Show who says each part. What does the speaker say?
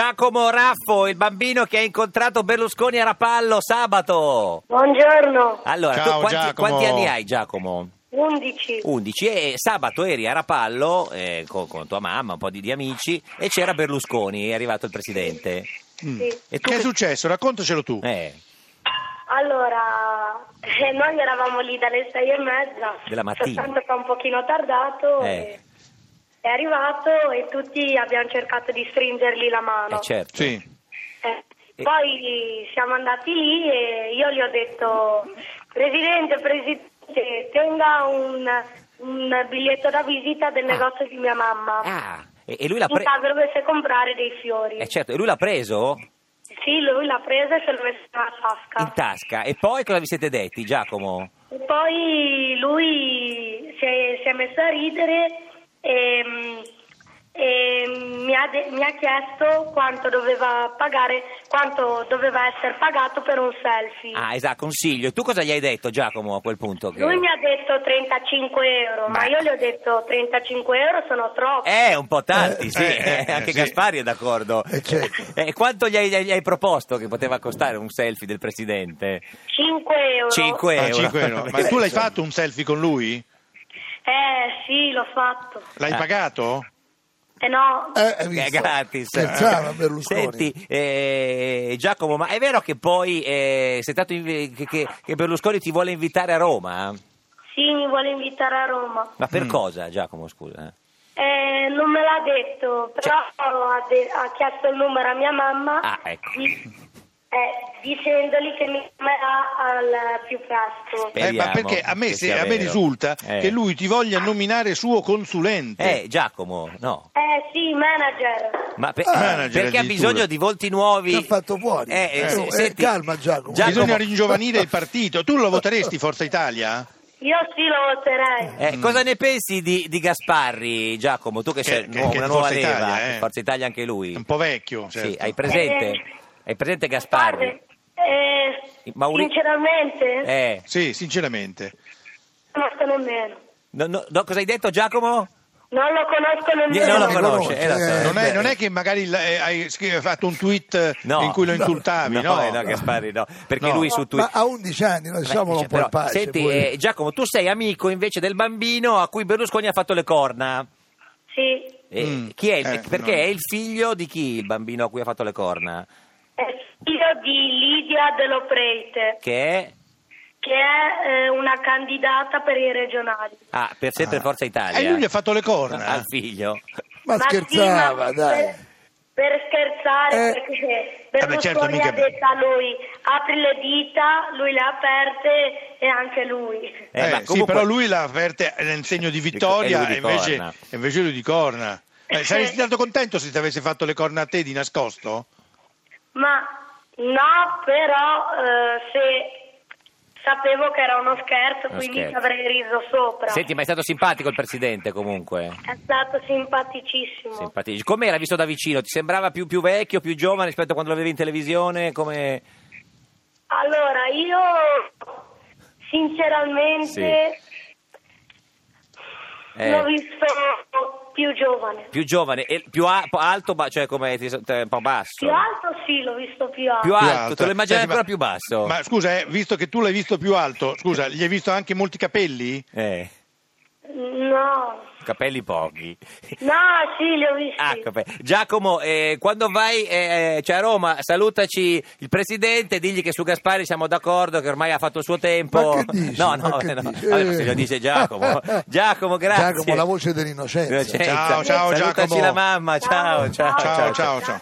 Speaker 1: Giacomo Raffo, il bambino che ha incontrato Berlusconi a Rapallo sabato.
Speaker 2: Buongiorno,
Speaker 1: Allora,
Speaker 3: Ciao,
Speaker 1: tu quanti,
Speaker 3: Giacomo.
Speaker 1: quanti anni hai Giacomo?
Speaker 2: 11.
Speaker 1: 11 e sabato eri a Rapallo eh, co- con, tua mamma, un po' di, di amici e c'era Berlusconi, è arrivato il presidente.
Speaker 2: Sì.
Speaker 1: E tu
Speaker 3: Che è successo? Raccontacelo tu.
Speaker 1: Eh,
Speaker 2: Allora, eh, noi eravamo lì dalle sei e mezza.
Speaker 1: Della mattina.
Speaker 2: Soltanto che è un pochino tardato.
Speaker 1: Eh.
Speaker 2: e È arrivato e tutti abbiamo cercato di stringergli la mano.
Speaker 1: eh, certo.
Speaker 3: Sì.
Speaker 2: Eh,
Speaker 1: E-
Speaker 2: Poi siamo andati lì e io gli ho detto, Presidente, Presidente, tenga un, un biglietto da visita del negozio di mia mamma.
Speaker 1: Ah, e, e lui l'ha
Speaker 2: In
Speaker 1: preso.
Speaker 2: caso dovesse comprare dei fiori.
Speaker 1: Eh, certo, e lui l'ha preso
Speaker 2: Sì, lui l'ha presa e se l'ha messo nella tasca.
Speaker 1: in tasca. E poi cosa vi siete detti, Giacomo?
Speaker 2: E Poi lui si è, si è messo a ridere e, mm, e mi, ha de- mi ha chiesto quanto doveva pagare, quanto doveva essere pagato per un selfie.
Speaker 1: Ah, esatto, consiglio. E tu cosa gli hai detto, Giacomo, a quel punto? Che...
Speaker 2: Lui mi ha detto 35 euro, ma
Speaker 1: Beh.
Speaker 2: io gli ho detto 35 euro sono troppi.
Speaker 1: Eh, un po' tanti,
Speaker 3: Eh,
Speaker 1: sì,
Speaker 3: eh, eh,
Speaker 1: anche
Speaker 3: sì.
Speaker 1: Gaspari è d'accordo.
Speaker 3: Eh, certo.
Speaker 1: E quanto gli hai, gli hai proposto che poteva costare un selfie del presidente?
Speaker 2: 5 euro.
Speaker 1: 5
Speaker 3: Ah,
Speaker 1: euro. Eh.
Speaker 3: cinque euro. Ma tu l'hai fatto un selfie con lui?
Speaker 2: Eh sì, l'ho fatto.
Speaker 3: L'hai
Speaker 1: Ah.
Speaker 3: pagato?
Speaker 2: Eh no,
Speaker 4: Eh, hai
Speaker 1: È
Speaker 4: visto?
Speaker 1: gratis.
Speaker 3: Eh,
Speaker 1: Eh,
Speaker 4: Scherzava Berlusconi.
Speaker 1: Senti, eh, Giacomo, ma è vero che poi eh, sei stato invi- che, che- che Berlusconi ti vuole invitare a Roma?
Speaker 2: sì, mi vuole invitare a Roma.
Speaker 1: Ma
Speaker 3: Mm.
Speaker 1: per cosa, Giacomo, scusa?
Speaker 2: Eh, non me l'ha detto, però ha, de- ha chiesto il numero a mia mamma
Speaker 1: Cioè. Ah, ecco.
Speaker 2: di- eh, dicendogli che mi chiamerà al più
Speaker 1: Beh.
Speaker 2: presto.
Speaker 1: Speriamo
Speaker 3: Eh, ma perché a me,
Speaker 1: che
Speaker 3: se-
Speaker 1: sia
Speaker 3: a me
Speaker 1: vero.
Speaker 3: risulta
Speaker 1: Eh.
Speaker 3: che lui ti voglia nominare suo consulente.
Speaker 1: Eh, Giacomo, no.
Speaker 2: Eh sì, manager.
Speaker 1: Ma per-
Speaker 4: Ah,
Speaker 3: manager
Speaker 1: perché ha
Speaker 3: addirittura.
Speaker 1: bisogno di volti nuovi?
Speaker 4: Ti ha fatto fuori.
Speaker 1: Eh, eh,
Speaker 4: Eh,
Speaker 1: se-
Speaker 4: eh,
Speaker 1: senti-
Speaker 4: calma, Giacomo.
Speaker 3: Bisogna ringiovanire il partito. Tu lo voteresti Forza Italia?
Speaker 2: Io sì lo voterei.
Speaker 1: Eh, Cosa ne pensi di, di Gasparri, Giacomo? Tu che,
Speaker 3: Mm. Che-
Speaker 1: sei
Speaker 3: che-
Speaker 1: nuo-
Speaker 3: che
Speaker 1: una
Speaker 3: di
Speaker 1: nuova
Speaker 3: Forza
Speaker 1: leva,
Speaker 3: Italia, eh.
Speaker 1: Forza Italia anche lui.
Speaker 3: È un po' vecchio.
Speaker 1: Sì,
Speaker 3: certo.
Speaker 1: hai presente?
Speaker 2: Eh.
Speaker 1: Hai presente Gasparri?
Speaker 2: Eh,
Speaker 1: Mauri-
Speaker 2: Sinceramente,
Speaker 1: Eh,
Speaker 3: Sì, sinceramente.
Speaker 2: non lo conosco nemmeno.
Speaker 1: no, no, no, cosa hai detto Giacomo?
Speaker 2: Non lo conosco nemmeno.
Speaker 1: Eh, non lo
Speaker 4: non
Speaker 1: conosce.
Speaker 4: conosce,
Speaker 1: eh, lo so.
Speaker 4: eh.
Speaker 3: Non è, non è che magari l- eh, hai scri- fatto un tweet eh,
Speaker 1: No.
Speaker 3: in cui lo insultavi, no?
Speaker 1: eh, no, Gasparri, no. Perché
Speaker 3: No.
Speaker 1: lui su
Speaker 4: Ma
Speaker 1: Twitter...
Speaker 4: a 11 anni, no, lasciamolo un po'
Speaker 1: Però,
Speaker 4: in pace.
Speaker 1: senti,
Speaker 4: poi.
Speaker 1: eh, Giacomo, tu sei amico invece del bambino a cui Berlusconi ha fatto le corna.
Speaker 2: Sì,
Speaker 1: Eh,
Speaker 3: Mm.
Speaker 1: chi è il-
Speaker 3: Eh,
Speaker 1: perché
Speaker 3: no.
Speaker 1: è il figlio di chi il bambino a cui ha fatto le corna?
Speaker 2: è figlio di Lidia Dell'Opreite,
Speaker 1: Che è
Speaker 2: che è eh, una candidata per i regionali.
Speaker 1: ah, per sempre Forza Italia.
Speaker 3: E Eh, lui gli ha fatto le corna.
Speaker 1: al figlio.
Speaker 4: ma
Speaker 2: Ma sì,
Speaker 4: scherzava,
Speaker 2: ma
Speaker 4: dai.
Speaker 2: Per, per scherzare,
Speaker 4: Eh.
Speaker 2: perché
Speaker 3: Vabbè, certo,
Speaker 2: Berlusconi
Speaker 3: mica-
Speaker 2: ha detto a lui, apri le dita, lui le ha aperte e anche lui.
Speaker 1: Eh,
Speaker 3: Eh,
Speaker 1: ma
Speaker 3: Sì,
Speaker 1: comunque-
Speaker 3: però lui l'ha aperta nel segno di
Speaker 1: E
Speaker 3: vittoria e
Speaker 1: lui di
Speaker 3: invece,
Speaker 1: corna.
Speaker 3: e invece lui di corna. Eh, saresti stato contento se ti avesse fatto le corna a te di nascosto?
Speaker 2: Ma no, però eh, se sapevo che era uno scherzo,
Speaker 1: Uno
Speaker 2: quindi
Speaker 1: scherzo.
Speaker 2: ci avrei riso sopra.
Speaker 1: Senti, ma è stato simpatico il presidente comunque.
Speaker 2: È stato simpaticissimo.
Speaker 1: Simpatico. Com'era visto da vicino? Ti sembrava più, più vecchio, più giovane rispetto a quando lo vedevi in televisione? Come...
Speaker 2: Allora, io sinceramente
Speaker 1: Eh.
Speaker 2: l'ho visto più giovane.
Speaker 1: Più giovane, e più a- po- alto, ba- cioè come ti- te- un po' basso.
Speaker 2: Più alto sì, l'ho visto più alto.
Speaker 1: Più alto, te lo immaginavi
Speaker 3: immagini
Speaker 1: ancora più basso.
Speaker 3: Ma scusa, eh, visto che tu l'hai visto più alto, scusa, gli hai visto anche molti capelli?
Speaker 1: Eh,
Speaker 2: No,
Speaker 1: capelli pochi.
Speaker 2: no, sì, li ho visti.
Speaker 1: Ah, capelli. Giacomo, eh, quando vai eh, cioè a Roma, salutaci il presidente, digli che su Gaspari siamo d'accordo, che ormai ha fatto il suo tempo.
Speaker 4: Ma che dici?
Speaker 1: Boh. No, no,
Speaker 4: Ma che
Speaker 1: no.
Speaker 4: dici?
Speaker 1: Vabbè, ma
Speaker 4: Eh.
Speaker 1: se lo dice Giacomo. Giacomo, grazie.
Speaker 4: Giacomo, la voce dell'innocenza.
Speaker 1: Innocenza.
Speaker 3: Ciao, ciao,
Speaker 1: Salutaci
Speaker 3: Giacomo.
Speaker 1: la mamma, ciao, ciao.
Speaker 3: Ciao, ciao, ciao.